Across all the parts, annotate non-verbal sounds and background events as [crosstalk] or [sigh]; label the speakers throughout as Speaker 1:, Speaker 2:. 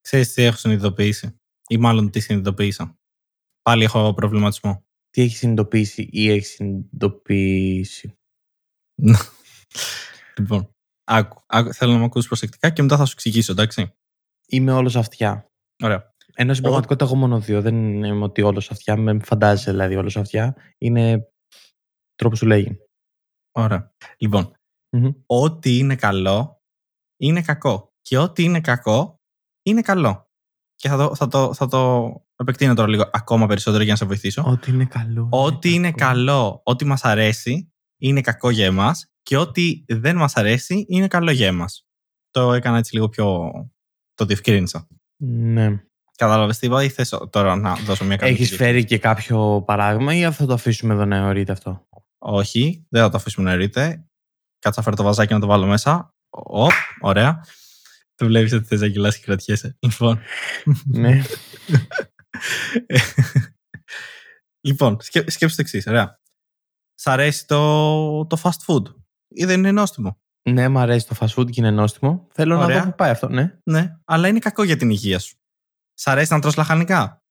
Speaker 1: Ξέρεις τι έχω συνειδητοποιήσει. Ή μάλλον τι συνειδητοποίησα. Πάλι έχω προβληματισμό.
Speaker 2: Τι έχεις συνειδητοποιήσει ή έχεις συνειδητοποιήσει.
Speaker 1: Λοιπόν, άκου, άκου, θέλω να με ακούσει προσεκτικά και μετά θα σου εξηγήσω, εντάξει.
Speaker 2: Είμαι όλος αυτιά.
Speaker 1: Ωραία.
Speaker 2: Ενώ στην
Speaker 1: Ο-
Speaker 2: πραγματικότητα έχω μόνο δύο. Δεν είμαι ότι όλος αυτιά. Με φαντάζεσαι δηλαδή όλος αυτιά. Είναι τρόπος που λέγει.
Speaker 1: Ωραία. Λοιπόν,
Speaker 2: Μμμ.
Speaker 1: ό,τι είναι καλό είναι κακό. Και ό,τι είναι κακό είναι καλό. Και θα το, θα το, θα το επεκτείνω τώρα λίγο ακόμα περισσότερο για να σε βοηθήσω.
Speaker 2: Ό,τι είναι καλό.
Speaker 1: Ό,τι είναι καλό, ό,τι μας αρέσει, είναι κακό για εμάς και ό,τι δεν μας αρέσει, είναι καλό για εμάς. Το έκανα έτσι λίγο πιο... το διευκρίνησα.
Speaker 2: Ναι.
Speaker 1: Κατάλαβες τίποτα ή θες τώρα να δώσω μια καλή
Speaker 2: Έχεις
Speaker 1: διευκρίνηση?
Speaker 2: φέρει και κάποιο παράδειγμα ή θα το αφήσουμε εδώ να αιωρείται [laughs] αυτό.
Speaker 1: Όχι, δεν θα το αφήσουμε να ρείτε. Κάτσα φέρω το βαζάκι να το βάλω μέσα. Οπ, ωραία. Το βλέπεις ότι θες να γελάς και κρατιέσαι. Λοιπόν,
Speaker 2: ναι.
Speaker 1: λοιπόν σκέ, σκέψου το εξής, ωραία. Σ' αρέσει το, το fast food ή δεν είναι νόστιμο.
Speaker 2: Ναι, μου αρέσει το fast food και είναι νόστιμο. Θέλω να
Speaker 1: Ωραία.
Speaker 2: δω που πάει αυτό, ναι.
Speaker 1: Ναι, αλλά είναι κακό για την υγεία σου. Σ' αρέσει να τρως λαχανικά.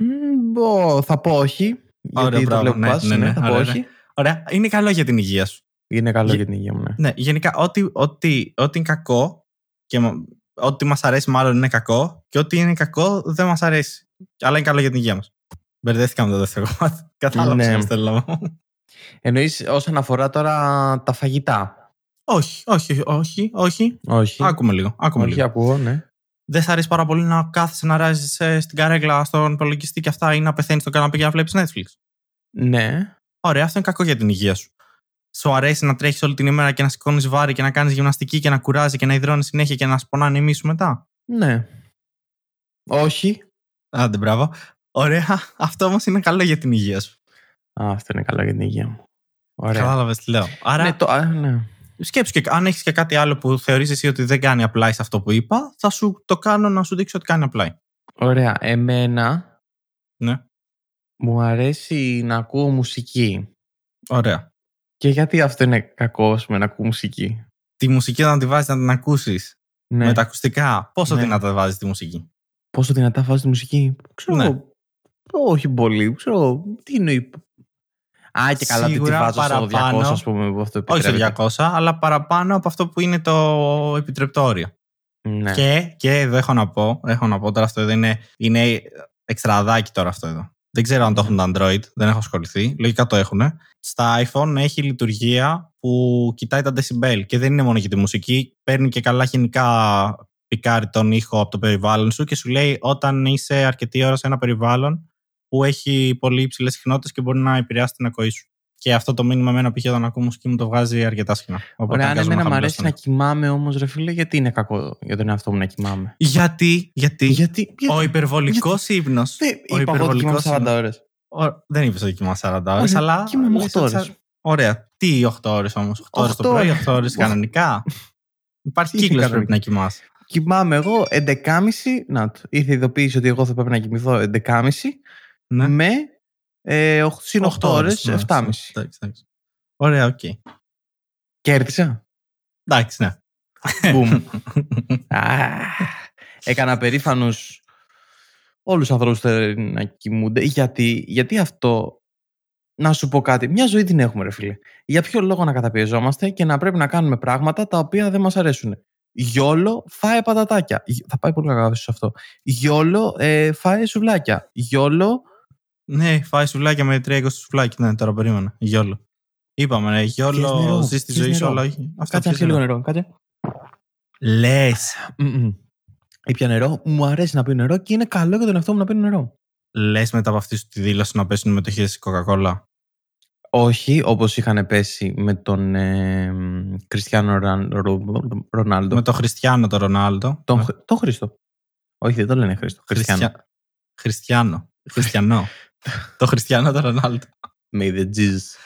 Speaker 2: Μμμ, μπο, θα πω όχι.
Speaker 1: Ωραία,
Speaker 2: Γιατί το
Speaker 1: μπράβο,
Speaker 2: βλέπω
Speaker 1: ναι,
Speaker 2: πας,
Speaker 1: ναι, ναι,
Speaker 2: θα πω
Speaker 1: ωραία, ναι.
Speaker 2: όχι.
Speaker 1: Ωραία, είναι καλό για την υγεία σου.
Speaker 2: Είναι καλό
Speaker 1: Γε-
Speaker 2: για την υγεία μου, ναι.
Speaker 1: Ναι, γενικά, ό,τι, ό,τι, ό,τι είναι κακό και μ- ό,τι μας αρέσει μάλλον είναι κακό και ό,τι είναι κακό δεν μας αρέσει. Αλλά είναι καλό για την υγεία μας. Μπερδέθηκα με το δεύτερο κομμάτι. [laughs] Κατάλαβες
Speaker 2: Ναι.
Speaker 1: ναι. θέλω να μου.
Speaker 2: Εννοείς όσον αφορά τώρα τα φαγητά.
Speaker 1: Όχι, όχι, όχι, όχι.
Speaker 2: Όχι.
Speaker 1: Άκουμε λίγο, άκουμε
Speaker 2: όχι,
Speaker 1: λίγο.
Speaker 2: ακούω, ναι.
Speaker 1: Δεν σ' αρέσει πάρα πολύ να κάθεσαι να ράζεις ε, στην καρέκλα, στον υπολογιστή και αυτά ή να πεθαίνεις στον καναπέ για να βλέπεις Netflix.
Speaker 2: Ναι.
Speaker 1: Ωραία, αυτό είναι κακό για την υγεία σου. Σου αρέσει να τρέχεις όλη την ημέρα και να σηκώνεις βάρη και να κάνεις γυμναστική και να κουράζεις και να υδρώνεις συνέχεια και να σπονάνε εμεί σου μετά.
Speaker 2: Ναι. Όχι.
Speaker 1: Άντε, μπράβο. Ωραία. [laughs] Αυτό όμως είναι καλό για την υγεία σου.
Speaker 2: Α, αυτό είναι καλό για την υγεία μου. Ωραία.
Speaker 1: Κατάλαβες τι λέω. Άρα,
Speaker 2: Ναι, το, α, ναι.
Speaker 1: σκέψου και αν έχεις και κάτι άλλο που θεωρείς εσύ ότι δεν κάνει απλά σε αυτό που είπα, θα σου το κάνω να σου δείξω ότι κάνει απλά.
Speaker 2: Ωραία. Εμένα
Speaker 1: Ναι.
Speaker 2: μου αρέσει να ακούω μουσική.
Speaker 1: Ωραία.
Speaker 2: Και γιατί αυτό είναι κακό, ας πούμε, να ακούω μουσική.
Speaker 1: Τη μουσική όταν τη βάζεις να την ακούσεις
Speaker 2: Ναι.
Speaker 1: με τα ακουστικά, πόσο
Speaker 2: Ναι.
Speaker 1: δυνατά βάζεις τη μουσική.
Speaker 2: Πόσο δυνατά βάζει τη μουσική. Ξέρω
Speaker 1: Ναι.
Speaker 2: εγώ. Όχι πολύ. Ξέρω εγώ. Τι εννοεί. Α, και καλά τι τη
Speaker 1: Σίγουρα
Speaker 2: βάζω στο 200,
Speaker 1: παραπάνω.
Speaker 2: ας πούμε, που αυτό
Speaker 1: Όχι
Speaker 2: επιτρέπεται.
Speaker 1: στο 200, αλλά παραπάνω από αυτό που είναι το επιτρεπτό όριο.
Speaker 2: Ναι.
Speaker 1: Και, και εδώ έχω να πω, έχω να πω τώρα αυτό εδώ είναι, είναι εξτραδάκι τώρα αυτό εδώ. Δεν ξέρω αν το έχουν τα
Speaker 2: Ναι.
Speaker 1: Android, δεν έχω ασχοληθεί. Λογικά το έχουν. Στα iPhone έχει λειτουργία που κοιτάει τα decibel και δεν είναι μόνο για τη μουσική. Παίρνει και καλά γενικά πικάρει τον ήχο από το περιβάλλον σου και σου λέει όταν είσαι αρκετή ώρα σε ένα περιβάλλον που έχει πολύ υψηλές συχνότητες και μπορεί να επηρεάσει την ακοή σου. Και αυτό το μήνυμα με ένα π.χ. όταν ακούω μουσική μου το βγάζει αρκετά συχνά. Οπότε
Speaker 2: Ωραία, αν
Speaker 1: αναγκάζομαι
Speaker 2: εμένα μου
Speaker 1: χαμηλώσω
Speaker 2: αρέσει
Speaker 1: τον
Speaker 2: να
Speaker 1: ήχο.
Speaker 2: κοιμάμαι όμως, ρε φίλε, γιατί είναι κακό για τον εαυτό μου να κοιμάμαι.
Speaker 1: Γιατί, γιατί,
Speaker 2: Γιατί.
Speaker 1: Ο
Speaker 2: γιατί
Speaker 1: υπερβολικό ύπνο.
Speaker 2: δεν είπα εγώ ότι κοιμάμαι
Speaker 1: υπερβολικός
Speaker 2: 40
Speaker 1: είναι-
Speaker 2: ώρε.
Speaker 1: Δεν είπες ότι κοιμάσαι 40
Speaker 2: Όχι,
Speaker 1: ώρε, αλλά.
Speaker 2: κοιμάμαι
Speaker 1: λες
Speaker 2: οκτώ
Speaker 1: ότι
Speaker 2: ώρες.
Speaker 1: σαν- Ωραία. Τι 8 ώρες όμως, 8 ώρες το
Speaker 2: Οκτώ
Speaker 1: πρωί,
Speaker 2: ώρες.
Speaker 1: 8 ώρε
Speaker 2: Οχτώ.
Speaker 1: κανονικά. Υπάρχει
Speaker 2: Τι είναι
Speaker 1: κύκλο που πρέπει
Speaker 2: κανονικά.
Speaker 1: να κοιμάσαι.
Speaker 2: Κοιμάμαι εγώ 11.30. Να το. Ήρθε η ειδοποίηση ότι εγώ θα πρέπει να κοιμηθώ 11.30
Speaker 1: Ναι.
Speaker 2: με ε, οχ- συν 8
Speaker 1: Οκτώ
Speaker 2: ώρες,
Speaker 1: ώρες, ναι,
Speaker 2: 7.30.
Speaker 1: εντάξει, εντάξει. Ωραία, οκ.
Speaker 2: Κέρδισα.
Speaker 1: Εντάξει, ναι.
Speaker 2: Μπουμ. [laughs] Α, Έκανα περήφανου όλους τους ανθρώπους να κοιμούνται. Γιατί, γιατί αυτό. Να σου πω κάτι. Μια ζωή την έχουμε, ρε φίλε. Για ποιο λόγο να καταπιεζόμαστε και να πρέπει να κάνουμε πράγματα τα οποία δεν μας αρέσουν. Γιόλο, φάε πατατάκια. Γι- Θα πάει πολύ καλά σε αυτό. Γιόλο, ε, φάε σουβλάκια. Γιόλο,
Speaker 1: Ναι, φάει σουβλάκια με 3-20 σουβλάκι. Ναι, τώρα περίμενα. Γιόλο. Είπαμε, ναι,
Speaker 2: Πιες νερό,
Speaker 1: γιόλο ζεις τη
Speaker 2: πιες
Speaker 1: ζωή σου,
Speaker 2: νερό.
Speaker 1: αλλά όχι. Αυτά
Speaker 2: κάτσε να πιω λίγο νερό. Κάτσε.
Speaker 1: Λες.
Speaker 2: Μμμ. Ήπια νερό, μου αρέσει να πίνω νερό και είναι καλό για τον εαυτό μου να πίνω νερό.
Speaker 1: Λες μετά από αυτή σου τη δήλωση να πέσουν μετοχέ στη Coca-Cola.
Speaker 2: Όχι, όπως είχαν πέσει με τον ε, μ, Κριστιανό Ραν- Ρο- Ρονάλντο.
Speaker 1: Με τον Χριστιανό τον Ρονάλντο.
Speaker 2: Τον,
Speaker 1: Με-
Speaker 2: Χρ- τον Χρήστο. Όχι, δεν το λένε Χρήστο. Χριστιανό.
Speaker 1: Χριστια- Χριστιανό.
Speaker 2: [laughs]
Speaker 1: Χριστιανό. το Χριστιανό τον Ρονάλντο.
Speaker 2: May the Jesus.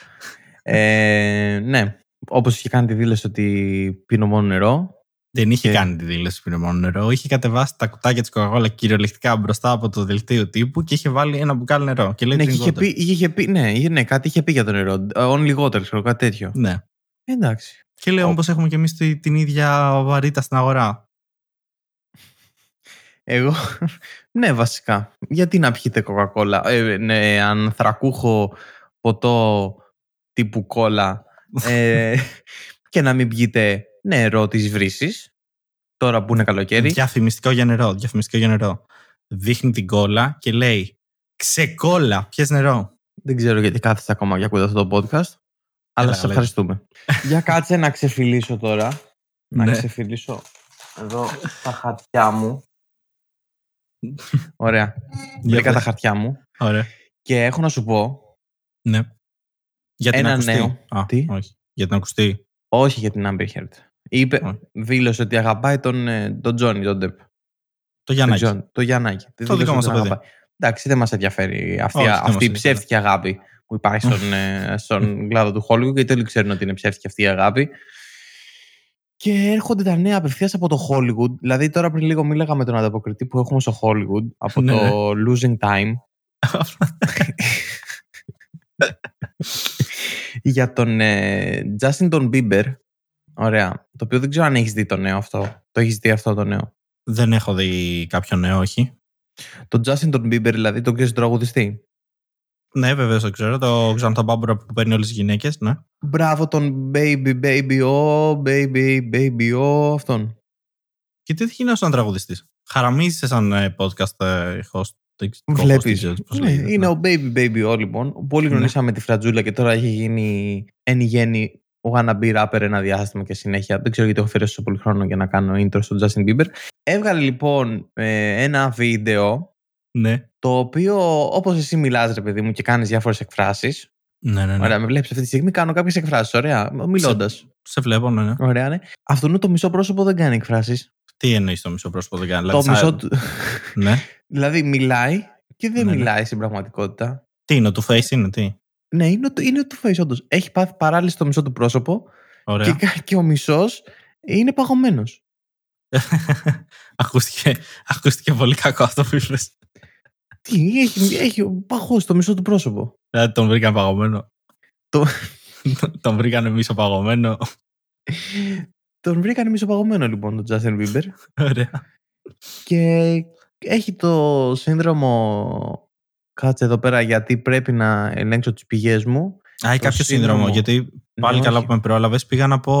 Speaker 2: Ε, ναι, όπως είχε κάνει τη δήλωση ότι πίνω μόνο νερό.
Speaker 1: Δεν είχε
Speaker 2: Και-
Speaker 1: κάνει τη δήλωση πήρε μόνο νερό. Είχε κατεβάσει τα κουτάκια της Coca-Cola κυριολεκτικά μπροστά από το δελτίο τύπου και είχε βάλει ένα μπουκάλι νερό. Και λέει
Speaker 2: Ναι,
Speaker 1: drink
Speaker 2: και είχε
Speaker 1: water.
Speaker 2: πει, είχε, είχε πει, ναι, είχε- ναι, κάτι είχε πει για το νερό. Ε, Only water, ξέρω, κάτι τέτοιο.
Speaker 1: Ναι.
Speaker 2: Ε, Εντάξει.
Speaker 1: Και λέει
Speaker 2: Ο-
Speaker 1: όμω έχουμε κι εμεί την ίδια βαρύτητα στην αγορά.
Speaker 2: Εγώ, [laughs] ναι βασικά. Γιατί να πιείτε κοκακόλα, ε, ναι, ανθρακούχο ποτό τύπου
Speaker 1: [laughs]
Speaker 2: κόλλα ε, και να μην πιείτε νερό της βρύσης, τώρα που είναι καλοκαίρι.
Speaker 1: Διαφημιστικό για νερό. Διαφημιστικό για νερό. Δείχνει την κόλλα και λέει Ξεκόλλα, πιες νερό.
Speaker 2: Δεν ξέρω γιατί κάθεσαι ακόμα και ακούτε αυτό το podcast. Αλλά
Speaker 1: Έλα,
Speaker 2: σε
Speaker 1: λέγε.
Speaker 2: ευχαριστούμε.
Speaker 1: [laughs]
Speaker 2: Για κάτσε να ξεφυλίσω τώρα. Να
Speaker 1: Ναι.
Speaker 2: ξεφυλίσω εδώ τα χαρτιά
Speaker 1: [laughs]
Speaker 2: μου. Ωραία.
Speaker 1: Για
Speaker 2: Βρήκα
Speaker 1: πες.
Speaker 2: τα χαρτιά μου.
Speaker 1: Ωραία.
Speaker 2: Και έχω να σου πω.
Speaker 1: Ναι. Για την
Speaker 2: Ένα
Speaker 1: ακουστή.
Speaker 2: νέο.
Speaker 1: Α,
Speaker 2: Τι?
Speaker 1: Όχι. Για την ακουστή.
Speaker 2: Όχι για την Amber Heard. Είπε,
Speaker 1: Όχι.
Speaker 2: δήλωσε ότι αγαπάει τον, ε, τον Τζόνι, τον Ντεπ.
Speaker 1: Το
Speaker 2: Τον
Speaker 1: Γιάννακη.
Speaker 2: Τζον, τον Γιαννάκη. Το
Speaker 1: δικό μας το παιδί.
Speaker 2: Εντάξει, δεν μας ενδιαφέρει αυτή,
Speaker 1: Όχι, δεν μας
Speaker 2: αυτή η
Speaker 1: ενδιαφέρει.
Speaker 2: ψεύτικη αγάπη που υπάρχει στον, ε, στον κλάδο του Χόλιγου, γιατί όλοι ξέρουν ότι είναι ψεύτικη αυτή η αγάπη. Και έρχονται τα νέα απευθείας από το Hollywood. Δηλαδή, τώρα πριν λίγο μίλαγα με τον ανταποκριτή που έχουμε στο Hollywood από
Speaker 1: Ναι,
Speaker 2: το
Speaker 1: ναι.
Speaker 2: Losing
Speaker 1: [laughs]
Speaker 2: Time. για τον ε, Justin τον Bieber. Ωραία. Το οποίο δεν ξέρω αν έχεις δει το νέο αυτό. Το έχεις δει αυτό το νέο.
Speaker 1: Δεν έχω δει κάποιο νέο, όχι.
Speaker 2: Τον Justin τον Bieber, δηλαδή, τον ξέρεις τον τραγουδιστή.
Speaker 1: Ναι, βεβαίως το ξέρω. Το ξέρω τον μπάμπουρα που παίρνει όλες τις γυναίκες. Ναι.
Speaker 2: Μπράβο τον baby, baby, oh, baby, baby, oh, αυτόν.
Speaker 1: Και τι γίνεται σαν τραγουδιστής. Χαραμίζει σαν ε, podcast ε, host. δεν ξέρω, co-host,
Speaker 2: Βλέπεις.
Speaker 1: δεν ξέρω πώς
Speaker 2: Ναι,
Speaker 1: λέγεται.
Speaker 2: είναι
Speaker 1: Ναι.
Speaker 2: ο baby, baby, oh, λοιπόν. Που όλοι
Speaker 1: Ναι.
Speaker 2: γνωρίσαμε τη φρατζούλα και τώρα έχει γίνει εν γέννη ο wannabe rapper ένα διάστημα και συνέχεια. Δεν ξέρω γιατί έχω φέρει τόσο πολύ χρόνο για να κάνω intro στον Justin Bieber. Έβγαλε λοιπόν ε, ένα βίντεο
Speaker 1: Ναι,
Speaker 2: το οποίο όπως εσύ μιλάς ρε παιδί μου και κάνεις διάφορες εκφράσεις.
Speaker 1: ναι, ναι. ναι.
Speaker 2: Ωραία, με βλέπεις αυτή τη στιγμή, κάνω κάποιες εκφράσεις, ωραία, μιλώντας.
Speaker 1: Σε βλέπω, ναι, ναι.
Speaker 2: Ωραία, ναι. Αυτόν το μισό πρόσωπο δεν κάνει εκφράσεις.
Speaker 1: Τι εννοείς το μισό πρόσωπο δεν κάνει.
Speaker 2: Το
Speaker 1: δηλαδή,
Speaker 2: μισό
Speaker 1: σαν-
Speaker 2: του... [laughs]
Speaker 1: Ναι.
Speaker 2: Δηλαδή μιλάει και δεν
Speaker 1: Ναι, ναι.
Speaker 2: μιλάει στην πραγματικότητα.
Speaker 1: Τι είναι, το face είναι, τι.
Speaker 2: Ναι, είναι το, είναι το face, όντως. Έχει πάθει παράλυση το μισό του πρόσωπο
Speaker 1: Ωραία.
Speaker 2: και, κα- και ο μισός είναι παγωμένος.
Speaker 1: [laughs] ακούστηκε, ακούστηκε πολύ κακό αυτό που είπες.
Speaker 2: Τι, έχει, έχει παγώσει το μισό του πρόσωπο.
Speaker 1: Δηλαδή τον βρήκαν παγωμένο.
Speaker 2: Το-
Speaker 1: [laughs] τον βρήκαν μίσο παγωμένο.
Speaker 2: Τον βρήκανε μισοπαγωμένο λοιπόν τον Justin Bieber
Speaker 1: Ωραία.
Speaker 2: και έχει το σύνδρομο κάτσε εδώ πέρα γιατί πρέπει να ελέγξω τις πηγές μου.
Speaker 1: Α, έχει
Speaker 2: Το
Speaker 1: κάποιο σύνδρομο,
Speaker 2: σύνδρομο.
Speaker 1: γιατί
Speaker 2: Ναι,
Speaker 1: πάλι
Speaker 2: όχι.
Speaker 1: καλά που με πρόλαβε. Πήγα να πω.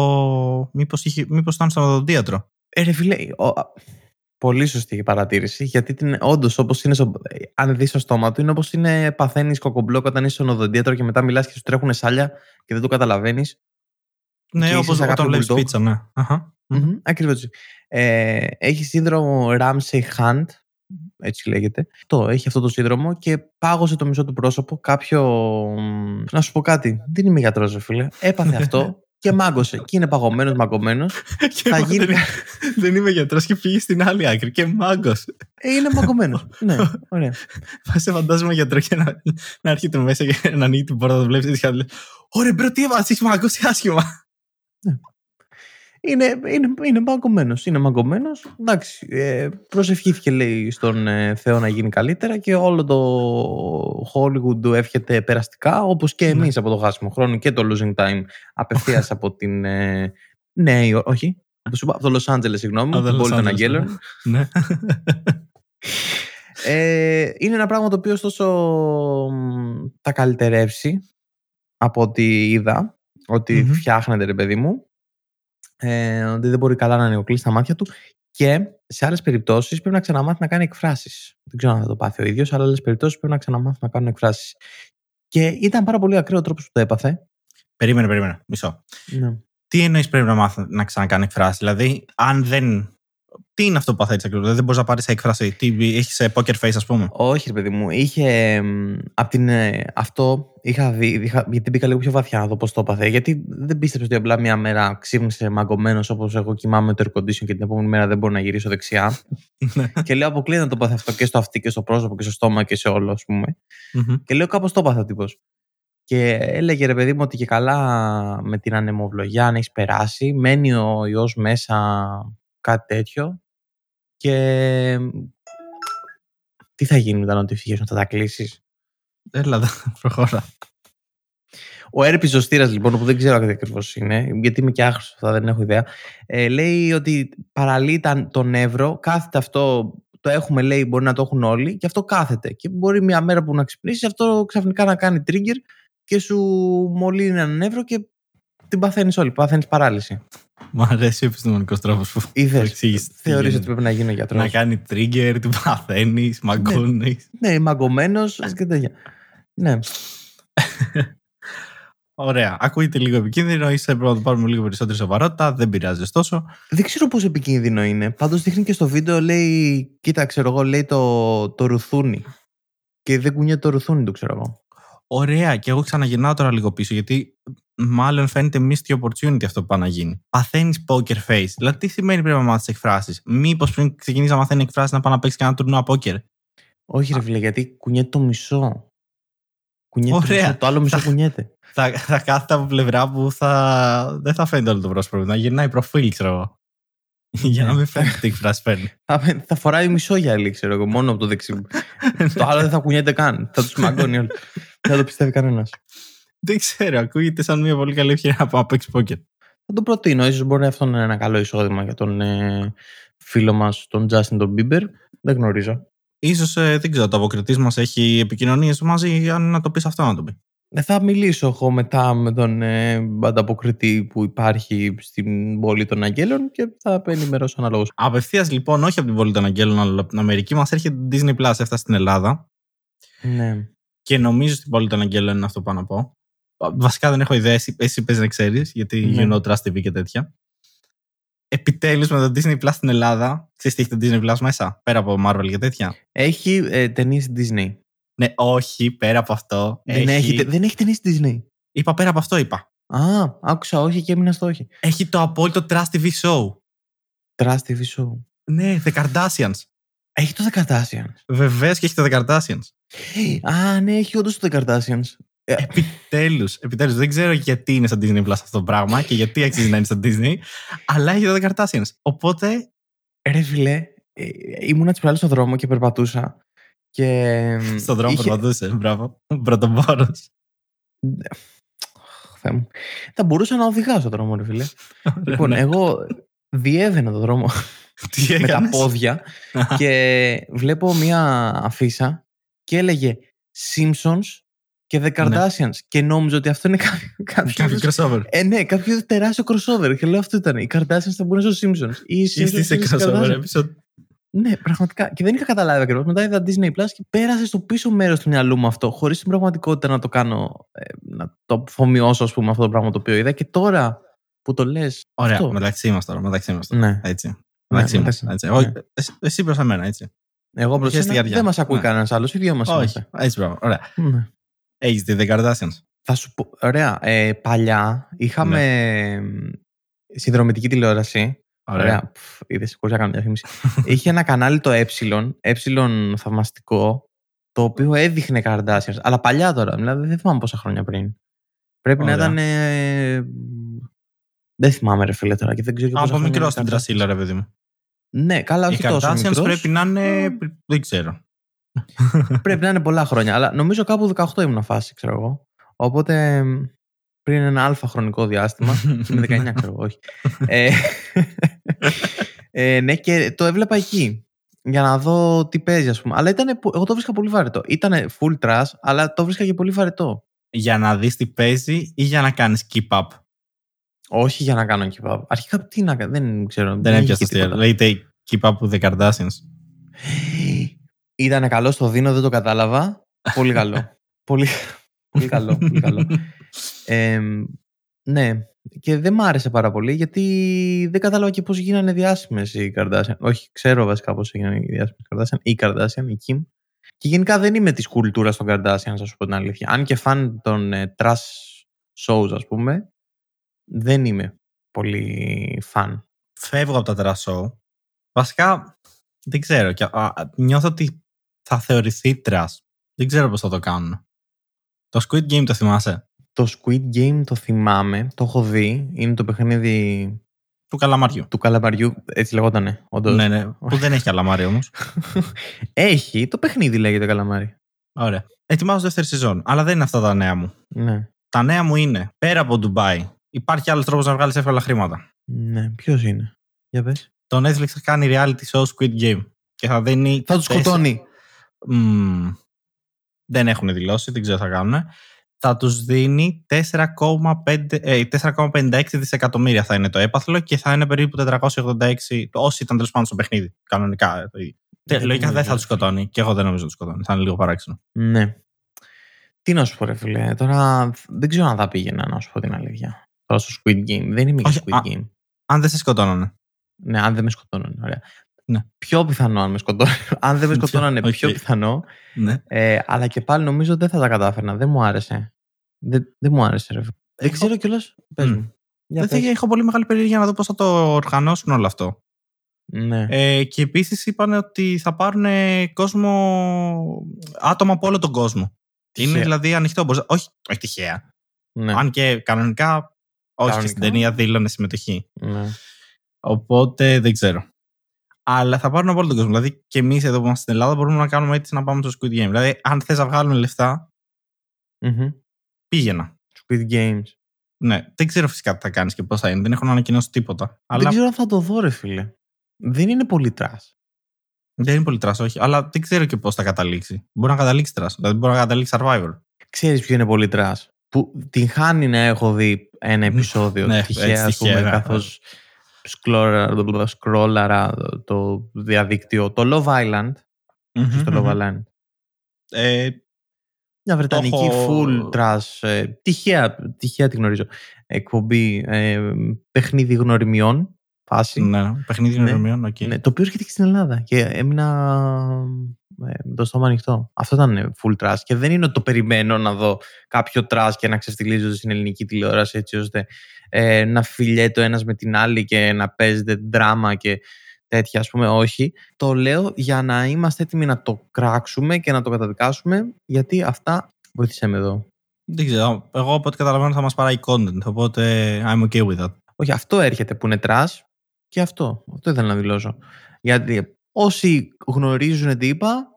Speaker 1: Μήπω μήπως ήταν στον οδοντίατρο.
Speaker 2: Ε, ρε φίλε, ο- α, πολύ σωστή η παρατήρηση. Γιατί την, όντως, όπως είναι στο, ε, αν δεις στο στόμα του, είναι όπως είναι παθαίνεις κοκομπλόκ όταν είσαι στον οδοντίατρο και μετά μιλάς και σου τρέχουν σάλια και δεν το καταλαβαίνεις. Και
Speaker 1: Ναι,
Speaker 2: είσαι
Speaker 1: όπως
Speaker 2: σαν
Speaker 1: όταν
Speaker 2: κάποιο
Speaker 1: βλέπεις
Speaker 2: bulldog.
Speaker 1: πίτσα, ναι. Αχα.
Speaker 2: Μμμ, Ακριβώς. Ε, έχει σύνδρομο Ramsey Hunt, έτσι λέγεται. Το έχει αυτό το σύνδρομο και πάγωσε το μισό του πρόσωπο κάποιο. μ, Να σου πω κάτι. Δεν είμαι γιατρός ρε φίλε. Έπαθε αυτό και μάγκωσε. Και είναι παγωμένος, μαγκωμένος.
Speaker 1: Και
Speaker 2: Θα
Speaker 1: εγώ
Speaker 2: γίνει
Speaker 1: δεν, δεν είμαι γιατρός και πήγε στην άλλη άκρη. Και μάγκο.
Speaker 2: Ε, είναι μαγκωμένος. ναι, ωραία.
Speaker 1: Πα σε φαντάζομαι γιατρό και να, να έρχεται μέσα και να ανοίγει την πόρτα, να το βλέπεις έτσι και να λέει Ωραία, μπρο, τι έβαλε, έχεις μάγκωσει άσχημα.
Speaker 2: Είναι, είναι, είναι μαγκωμένος. Είναι μαγκωμένος. Εντάξει, ε, προσευχήθηκε λέει στον ε, Θεό να γίνει καλύτερα και όλο το Hollywood του εύχεται περαστικά όπως και
Speaker 1: Ναι.
Speaker 2: εμείς από το χάσιμο χρόνο και το Losing Time
Speaker 1: [laughs]
Speaker 2: απευθείας από την ε, Νέα Υ- όχι, από, το- από το Los Angeles, συγγνώμη,
Speaker 1: Από το
Speaker 2: την
Speaker 1: Los
Speaker 2: πόλη των
Speaker 1: Angeles,
Speaker 2: Αγγέλων.
Speaker 1: ναι.
Speaker 2: Ε, είναι ένα πράγμα το οποίο ωστόσο μ, τα καλυτερεύσει από ό,τι είδα, ότι
Speaker 1: Μμμ.
Speaker 2: φτιάχνεται ρε παιδί μου, ε, ότι δεν μπορεί καλά να ανοιγοκλείσει τα μάτια του και σε άλλες περιπτώσεις πρέπει να ξαναμάθει να κάνει εκφράσεις. Δεν ξέρω αν θα το πάθει ο ίδιος, αλλά άλλες περιπτώσεις πρέπει να ξαναμάθει να κάνουν εκφράσεις. Και ήταν πάρα πολύ ακραίο ο τρόπος που το έπαθε.
Speaker 1: Περίμενε, περίμενε. Μισό.
Speaker 2: Ναι.
Speaker 1: Τι εννοείς πρέπει να μάθει να ξανακάνει εκφράση. Δηλαδή, αν δεν. Τι είναι αυτό που παθαίνεις ακριβώς. Δηλαδή, δεν μπορείς να πάρεις έκφραση. Τι έχεις poker face, ας πούμε.
Speaker 2: Όχι, ρε παιδί μου, είχε. μ, Απ την, ε, αυτό είχα δει, είχα- γιατί μπήκα λίγο πιο βαθιά να δω πώς το έπαθε. Γιατί δεν πίστεψε ότι απλά μια μέρα ξύπνησε μαγκωμένος όπως εγώ κοιμάμαι το air condition και την επόμενη μέρα δεν μπορώ να γυρίσω δεξιά.
Speaker 1: Ναι.
Speaker 2: και λέω αποκλείεται να το πάθει αυτό και στο αυτί και στο πρόσωπο και στο στόμα και σε όλο, ας πούμε.
Speaker 1: Μμμ.
Speaker 2: Και λέω κάπως το έπαθε ο τύπος. Και έλεγε ρε παιδί μου ότι και καλά με την ανεμοβλογιά, αν έχεις περάσει, μένει ο ιός μέσα, κάτι τέτοιο. Και τι θα γίνει με τα notification, θα τα κλείσεις.
Speaker 1: Έλα, δε, προχώρα.
Speaker 2: Ο έρπης ζωστήρας, λοιπόν, που δεν ξέρω ακριβώς είναι, γιατί είμαι και άχρηστο, αυτά δεν έχω ιδέα, ε, λέει ότι παραλύει τα- το νεύρο, κάθεται αυτό το έχουμε λέει μπορεί να το έχουν όλοι και αυτό κάθεται. Και μπορεί μια μέρα που να ξυπνήσει αυτό ξαφνικά να κάνει trigger και σου μολύνει έναν νεύρο και την παθαίνεις όλη. Παθαίνεις παράλυση.
Speaker 1: Μου αρέσει ο επιστημονικός τρόπος που
Speaker 2: Είδες.
Speaker 1: εξήγησε.
Speaker 2: Θεωρεί ότι πρέπει να γίνει γιατρός.
Speaker 1: να κάνει trigger, την παθαίνεις, μαγκώνεις.
Speaker 2: Ναι, μαγκωμένος και τέτοια. Ναι.
Speaker 1: Ωραία. Ακούγεται λίγο επικίνδυνο. Είσαι πρέπει να το πάρουμε λίγο περισσότερη σοβαρότητα. Δεν πειράζει τόσο.
Speaker 2: Δεν ξέρω πόσο επικίνδυνο είναι. Πάντως δείχνει και στο βίντεο, λέει, κοίτα, ξέρω εγώ, λέει το, το ρουθούνι. Και δεν κουνιέται το ρουθούνι του, ξέρω εγώ.
Speaker 1: Ωραία. Και εγώ ξαναγυρνάω τώρα λίγο πίσω γιατί μάλλον φαίνεται missed opportunity αυτό που πάει να γίνει. Παθαίνεις poker face. Δηλαδή, τι σημαίνει πρέπει να μάθεις εκφράσεις. Μήπως πριν ξεκινήσεις να μαθαίνεις εκφράσεις να πάει να παίξεις κανένα τουρνουά poker.
Speaker 2: Όχι, ρε φίλε, γιατί κουνιέται το μισό. Κουνιέται το
Speaker 1: Ωραία.
Speaker 2: μισό. Το άλλο μισό κουνιέται.
Speaker 1: Θα, θα κάθεται από πλευρά που θα, δεν θα φαίνεται όλο το πρόσωπο. Να γυρνάει προφίλ, ξέρω εγώ. Για να μην φαίνεται τι εκφράσει παίρνει.
Speaker 2: Θα, θα φοράει μισό γυαλί, ξέρω εγώ, μόνο από το δεξί. το άλλο δεν θα κουνιέται καν. Θα τους μαγκώνει όλοι. δεν το πιστεύει κανένας.
Speaker 1: Δεν ξέρω, ακούγεται σαν μια πολύ καλή ευκαιρία να πάω να παίξει πόκερ.
Speaker 2: Θα το προτείνω. Ίσως μπορεί αυτό να είναι ένα καλό εισόδημα για τον ε, φίλο μας, τον Justin τον Bieber. Δεν γνωρίζω.
Speaker 1: σω ε, δεν ξέρω, το αποκριτής μας έχει επικοινωνίες μαζί. Αν να το πεις αυτό, να το πει.
Speaker 2: Ε, θα μιλήσω εγώ μετά με τον ε, ανταποκριτή που υπάρχει στην πόλη των Αγγέλων και θα ενημερώσω αναλόγως.
Speaker 1: Απευθείας λοιπόν, όχι από την πόλη των Αγγέλων, αλλά από την Αμερική, μας έρχεται το Disney Plus. Έφτασε στην Ελλάδα
Speaker 2: Ναι.
Speaker 1: και νομίζω στην πόλη των Αγγέλων είναι αυτό που πάω να πω. Βασικά δεν έχω ιδέα, εσύ, εσύ πες να ξέρεις, γιατί
Speaker 2: Ναι.
Speaker 1: you know Trust TV και τέτοια. Επιτέλους με το Disney Plus στην Ελλάδα, ξέρεις τι έχει το Disney Plus μέσα, πέρα από Marvel και τέτοια.
Speaker 2: Έχει ε, ταινίες Disney.
Speaker 1: Ναι, όχι, πέρα από αυτό.
Speaker 2: Δεν, έχει, τε- δεν έχει ταινίες Disney.
Speaker 1: Είπα πέρα από αυτό, είπα.
Speaker 2: Α, άκουσα όχι και έμεινα στο όχι.
Speaker 1: Έχει το απόλυτο Trust TV show.
Speaker 2: Trust TV Show.
Speaker 1: Ναι, The Kardashians.
Speaker 2: Έχει το The Kardashians.
Speaker 1: Βεβαίως και έχει το The Kardashians.
Speaker 2: Α, ναι, έχει όντως το The Kardashians.
Speaker 1: Επιτέλους, επιτέλους. Δεν ξέρω γιατί είναι στο Disney Plus αυτό το πράγμα και γιατί αξίζει να είναι στο Disney, αλλά έχει εδώ Kardashians. Οπότε.
Speaker 2: Ρε φιλέ, ε, ήμουνα τη προάλλη στον δρόμο και περπατούσα. Και. ε,
Speaker 1: Στον δρόμο
Speaker 2: είχε-
Speaker 1: περπατούσε. Μπράβο. Πρωτοπόρος.
Speaker 2: Αχ, Θεέ μου. Θα μπορούσα να οδηγάω στον δρόμο, ρε [laughs] φιλέ. λοιπόν, εγώ διέβαινα τον δρόμο
Speaker 1: Ναι. τι
Speaker 2: με τα
Speaker 1: έκανες?
Speaker 2: πόδια και βλέπω μία αφίσα και έλεγε Simpsons και
Speaker 1: Ναι.
Speaker 2: The Kardashians. Και νόμιζα ότι αυτό είναι κάποιο.
Speaker 1: Κάποιο
Speaker 2: κάποιος
Speaker 1: crossover.
Speaker 2: ε, ναι, κάποιο τεράστιο crossover. Και λέω αυτό ήταν. Οι Kardashians θα μπουν στο Simpsons. Ή οι Simpsons
Speaker 1: Είστε σε
Speaker 2: είναι στις
Speaker 1: crossover ε.
Speaker 2: Kardashians.
Speaker 1: episode.
Speaker 2: Ναι, πραγματικά. Και δεν είχα καταλάβει ακριβώς. Μετά είδα Disney Plus και πέρασε στο πίσω μέρος του μυαλού μου αυτό, χωρίς στην πραγματικότητα να το κάνω. ε, να το αφομοιώσω, ας πούμε, αυτό το πράγμα το οποίο είδα. Και τώρα που το λες.
Speaker 1: Ωραία,
Speaker 2: Αυτό.
Speaker 1: μεταξύ μα τώρα. Μεταξύ μα.
Speaker 2: Ναι.
Speaker 1: Έτσι. Μεταξύ μας,
Speaker 2: μεταξύ.
Speaker 1: έτσι.
Speaker 2: Ναι.
Speaker 1: Όχι, εσύ- Εσύ προς εμένα, έτσι.
Speaker 2: Εγώ προς
Speaker 1: Χέρι στην
Speaker 2: εσένα
Speaker 1: καρδιά.
Speaker 2: δεν μας ακούει
Speaker 1: Ναι.
Speaker 2: κανένας άλλος. Οι δυο Ναι. μας
Speaker 1: Όχι. Έτσι, μπράβο. Ωραία. Έχεις δει The Kardashians.
Speaker 2: Θα σου πω. Ωραία. Ε, παλιά είχαμε ε, συνδρομητική τηλεόραση.
Speaker 1: Ναι. Ωραία.
Speaker 2: Ωραία. Είδες, χωρίς να κάνω διαφήμιση. Είχε ένα κανάλι το Ε, Ε θαυμαστικό, το οποίο έδειχνε Kardashians. Αλλά παλιά τώρα, δηλαδή δεν θυμάμαι πόσα χρόνια πριν. Πρέπει
Speaker 1: Ωραία.
Speaker 2: να ήταν. ε, δεν θυμάμαι, ρε φίλε τώρα και δεν ξέρω. και πόσα
Speaker 1: Από
Speaker 2: χρόνια
Speaker 1: μικρός
Speaker 2: είναι
Speaker 1: στην
Speaker 2: Kardashians.
Speaker 1: Τρασίλα, ρε παιδί μου.
Speaker 2: Ναι, καλά,
Speaker 1: Οι
Speaker 2: όχι τόσο.
Speaker 1: Kardashians
Speaker 2: Μικρός,
Speaker 1: πρέπει
Speaker 2: πρέπει...
Speaker 1: να είναι. Δεν ξέρω.
Speaker 2: να είναι πολλά χρόνια. Αλλά νομίζω κάπου 18 ήμουν φάση, ξέρω εγώ. Οπότε εμ, πριν ένα αλφα χρονικό διάστημα. [laughs] Είναι 19, ξέρω εγώ, όχι. ε, ε, ναι, και το έβλεπα εκεί. Για να δω τι παίζει, ας πούμε. Αλλά ήταν. Εγώ το βρίσκα πολύ βαρετό. Ήταν full trash, αλλά το βρίσκα και πολύ βαρετό.
Speaker 1: για να δεις τι παίζει ή για να κάνεις keep up.
Speaker 2: Όχι για να κάνω keep up. Αρχικά τι να κάνω, δεν ξέρω.
Speaker 1: Δεν
Speaker 2: είχε
Speaker 1: έπιασες
Speaker 2: και
Speaker 1: αστεία.
Speaker 2: τίποτα.
Speaker 1: Λέγεται keep up with the Kardashians.
Speaker 2: Ήταν καλό στο δίνω, δεν το κατάλαβα. Πολύ
Speaker 1: [laughs]
Speaker 2: καλό. πολύ, πολύ καλό. Πολύ καλό. Ε, ναι. Και δεν μ' άρεσε πάρα πολύ γιατί δεν κατάλαβα και πώς γίνανε διάσημες οι Kardashian. Όχι, ξέρω βασικά πώς έγιναν οι διάσημες οι Kardashian. Η Kardashian, η Kim. Και γενικά δεν είμαι της κουλτούρας των Kardashian, να σου πω την αλήθεια. Αν και φαν των ε, trash shows, ας πούμε, δεν είμαι πολύ φαν.
Speaker 1: Φεύγω από τα τρασό. Βασικά, δεν ξέρω. Και, α, νιώθω ότι θα θεωρηθεί τρας. Δεν ξέρω πώς θα το κάνουν. Το Squid Game το θυμάσαι.
Speaker 2: Το Squid Game το θυμάμαι, το έχω δει. Είναι το παιχνίδι
Speaker 1: Του καλαμαριού.
Speaker 2: του καλαμπαριού, έτσι λεγότανε, όντως.
Speaker 1: Ναι, ναι. Που δεν έχει καλαμάρι όμως.
Speaker 2: [laughs] Έχει, το παιχνίδι λέγεται καλαμάρι.
Speaker 1: Ωραία. Ετοιμάζω δεύτερη σεζόν. Αλλά δεν είναι αυτά τα νέα μου.
Speaker 2: Ναι.
Speaker 1: Τα νέα μου είναι πέρα από Ντουμπάι. Υπάρχει άλλος τρόπος να βγάλεις εύκολα χρήματα.
Speaker 2: Ναι, ποιος είναι. Για πες.
Speaker 1: Το Netflix θα κάνει reality show Squid Game. και θα δίνει.
Speaker 2: Θα τους
Speaker 1: τέσσερα-
Speaker 2: σκοτώνει.
Speaker 1: Μμμ. δεν έχουν δηλώσει, δεν ξέρω τι θα κάνουν. Θα τους δίνει 4,5 ε, 4,56 δισεκατομμύρια θα είναι το έπαθλο και θα είναι περίπου 486 όσοι ήταν τέλος πάντων στο παιχνίδι.
Speaker 2: Ναι,
Speaker 1: Κανονικά. ε, το ίδιο. Τε-
Speaker 2: Δεν
Speaker 1: Λογικά δεν
Speaker 2: νομίζω.
Speaker 1: θα τους σκοτώνει. Και εγώ δεν νομίζω να τους σκοτώνει. Θα είναι λίγο παράξενο.
Speaker 2: Ναι. Τι να σου πω, ρε φίλε. Τώρα δεν ξέρω αν θα πήγαινα να σου πω την αλήθεια. Τώρα στο Squid Game. Δεν είμαι για
Speaker 1: Όχι,
Speaker 2: Squid
Speaker 1: α.
Speaker 2: Game.
Speaker 1: Αν δεν σε σκοτώνανε.
Speaker 2: Ναι, αν δεν με σκοτώνουν. Ωραία.
Speaker 1: Ναι.
Speaker 2: Πιο πιθανό αν με σκοτώνουν.
Speaker 1: [laughs]
Speaker 2: αν δεν με
Speaker 1: Πιο-
Speaker 2: σκοτώνανε,
Speaker 1: οκ.
Speaker 2: πιο πιθανό.
Speaker 1: Ναι.
Speaker 2: Ε, αλλά και πάλι νομίζω δεν θα τα κατάφερνα. Δεν μου άρεσε. Δεν, δεν μου άρεσε, ρε. φίλε.
Speaker 1: Ε,
Speaker 2: Δεν ξέρω κιόλας. Πες
Speaker 1: Μμ.
Speaker 2: μου. Για
Speaker 1: δεν θα-
Speaker 2: πες.
Speaker 1: έχω πολύ μεγάλη περιέργεια να δω πώς θα το οργανώσουν όλο αυτό.
Speaker 2: Ναι.
Speaker 1: Ε, και επίσης είπαν ότι θα πάρουν κόσμο. άτομα από όλο τον κόσμο. Είναι
Speaker 2: Τυχαία.
Speaker 1: δηλαδή ανοιχτό. μπορείς να- όχι, όχι τυχαία.
Speaker 2: ναι.
Speaker 1: Αν και κανονικά, όχι και στην
Speaker 2: Κανονικά.
Speaker 1: ταινία δήλωνε συμμετοχή.
Speaker 2: ναι.
Speaker 1: Οπότε δεν ξέρω. Αλλά θα πάρουν από όλο τον κόσμο. Δηλαδή και εμείς εδώ που είμαστε στην Ελλάδα μπορούμε να κάνουμε έτσι να πάμε στο Squid Game. Δηλαδή, αν θες να βγάλουμε λεφτά,
Speaker 2: Μμμ.
Speaker 1: πήγαινα.
Speaker 2: Squid Games.
Speaker 1: Ναι, δεν ξέρω φυσικά τι θα κάνεις και πώς θα είναι. Δεν έχουν ανακοινώσει τίποτα.
Speaker 2: Δεν
Speaker 1: Αλλά
Speaker 2: ξέρω αν θα το δω, ρε φίλε. Δεν είναι πολύ τρας.
Speaker 1: δεν είναι πολύ τρας, όχι. Αλλά δεν ξέρω και πώς θα καταλήξει. Μπορεί να καταλήξει τρας. Δηλαδή, μπορεί να καταλήξει survivor.
Speaker 2: Ξέρεις ποιο είναι πολύ τρας. Που την χάνει να έχω δει ένα επεισόδιο
Speaker 1: Ναι, έτσι,
Speaker 2: τυχαία, ναι. ας πούμε,
Speaker 1: τυχαία, ναι.
Speaker 2: καθώς σκρόλαρα, σκρόλαρα το διαδίκτυο. Το Love Island, ξέρεις το Love Island.
Speaker 1: Ε,
Speaker 2: Μια βρετανική
Speaker 1: έχω-
Speaker 2: full τρας, ε, τυχαία, τυχαία τη γνωρίζω, εκπομπή ε, παιχνίδι γνωριμιών, φάση.
Speaker 1: ναι, παιχνίδι
Speaker 2: Ναι.
Speaker 1: γνωριμιών, οκ.
Speaker 2: Ναι, το οποίο έρχεται και στην Ελλάδα. Και έμεινα ε, με το στόμα ανοιχτό. Αυτό ήταν ε, full trash. Και δεν είναι ότι το περιμένω να δω κάποιο trash και να ξεφτυλίζονται στην ελληνική τηλεόραση έτσι ώστε ε, να φιλιέται ο ένας με την άλλη και να παίζεται δράμα και τέτοια, ας πούμε. Όχι. Το λέω για να είμαστε έτοιμοι να το κράξουμε και να το καταδικάσουμε, γιατί αυτά. Βοήθησε με εδώ.
Speaker 1: Δεν ξέρω. Εγώ από ό,τι καταλαβαίνω θα μας παράει content. Οπότε I'm okay with that.
Speaker 2: Όχι, αυτό έρχεται που είναι τρας και αυτό. Αυτό ήθελα να δηλώσω. Γιατί όσοι γνωρίζουν τι είπα,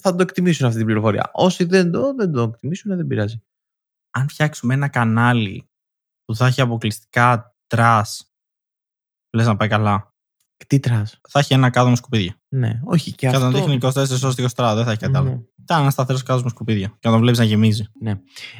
Speaker 2: θα το εκτιμήσουν αυτή την πληροφορία. Όσοι δεν το, δεν το εκτιμήσουν, δεν πειράζει.
Speaker 1: αν φτιάξουμε ένα κανάλι που θα έχει αποκλειστικά τρας, λες να πάει καλά,
Speaker 2: Και Τι τρας.
Speaker 1: θα έχει ένα κάδο με σκουπίδια.
Speaker 2: Ναι, όχι. Και
Speaker 1: Και,
Speaker 2: αυτό...
Speaker 1: θα τον δείχνει 24 ώρες 24 δεν θα έχει κάτι άλλο.
Speaker 2: Ναι.
Speaker 1: Θα είναι ένα σταθερό κάδο με σκουπίδια. Και να τον βλέπεις να γεμίζει.